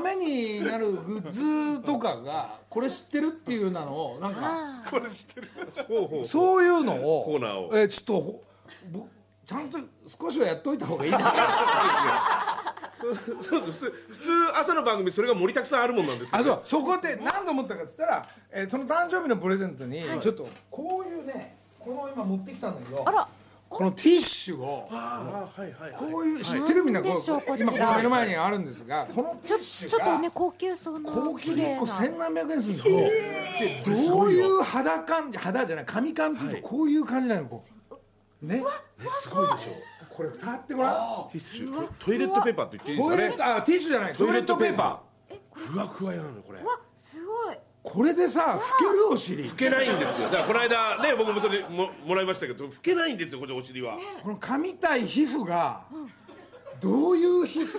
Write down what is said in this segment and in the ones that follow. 親になるグッズとかがこれ知ってるっていうなのをなんかあこれ知ってるほうほうそういうのをコーナーをえちょっとほぼちゃんと少しはやっといた方がいいな そうそう普通普通朝の番組それが盛りたくさんあるもんなんですけあど、とそこで何度思ったかっつったら、えーその誕生日のプレゼントにちょっとこういうねこの今持ってきたんだけどあらこのティッシュをああはいはいはいこういう知ってるみんなこなんでしょううこち今らこの目の前にあるんですがこのテちィょッシちょュっとがね高級そうな高級綺麗1な個千何百円するんですよ、でどういう肌感じ肌じゃない髪感っていうとこういう感じなのこうねすごいでしょこれ触ってごらんティッシュこれトイレットペーパーと言っていいんですトかイレッねトあティッシュじゃないトイレットペーパふわふわやなのこれわすごいーこれでさ拭けるお尻拭けないんですよだからこの間ね僕もそれももらいましたけど拭けないんですよこれお尻は、この髪対皮膚がどういう皮膚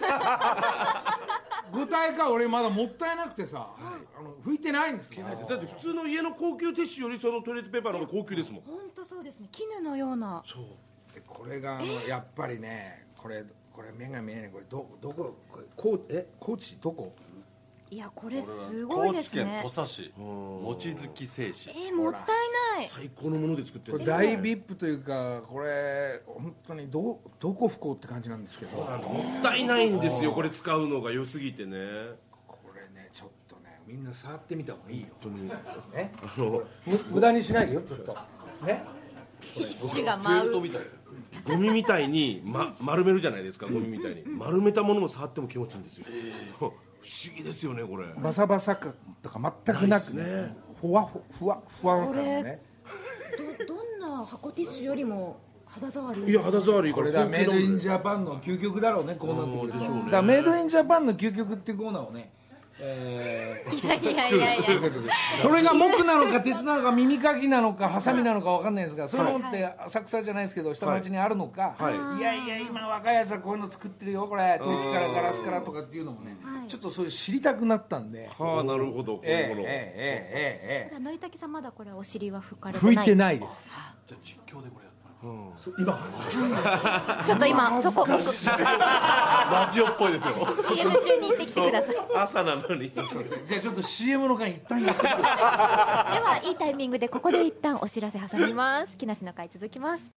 具体化俺まだもったいなくてさ、あの拭いてないんですよだって普通の家の高級ティッシュよりそのトイレットペーパーの方が高級ですもん本当そうですね絹のようなでこれがあのやっぱりねこれこれ目が見えないこれどどここれこうえ高知どこいやこれすごい高で知す県ね土佐市望月製紙えーもったいない最高のもので作ってこるれ大 VIP というかこれ本当にどどこ不幸って感じなんですけどもったいないんですよこれ使うのが良すぎてねこれねちょっとねみんな触ってみた方がいいよねむ無駄にしないよちょっとねティッシュがプエ舞ルトうみたいなゴミみたいに、ま、丸めるじゃないですかゴミみたいに丸めたものを触っても気持ちいいんですよ、 不思議ですよねこれバサバサ感とか全くなくないですねねふわふふわふわ感がねどどんな箱ティッシュよりも肌触りいや肌触りこれだメイドインジャパンの究極だろうねこうなってくるとうんでしょうねだからメイドインジャパンの究極っていうコーナーをね えーいやいやいやいやそれが木なのか鉄なのか耳かきなのかハサミなのかわかんないですがそういうのって浅草じゃないですけど下町にあるのか、い、やいや今若いやつはこういうの作ってるよこれ陶器からガラスからとかっていうのもね、ちょっとそういう知りたくなったんで、はあなるほどこういうもの、えええええええじゃあのりたけさんまだこれお尻は拭かれえてな拭いいてないですじゃあ実況でこれやったちょっと今そこ CM ラジオっぽいですよ中に行ってきてくださいで 朝な のにじゃあちょっと CM の間一旦やってはいいタイミングでここで一旦お知らせ挟みます木梨の会続きます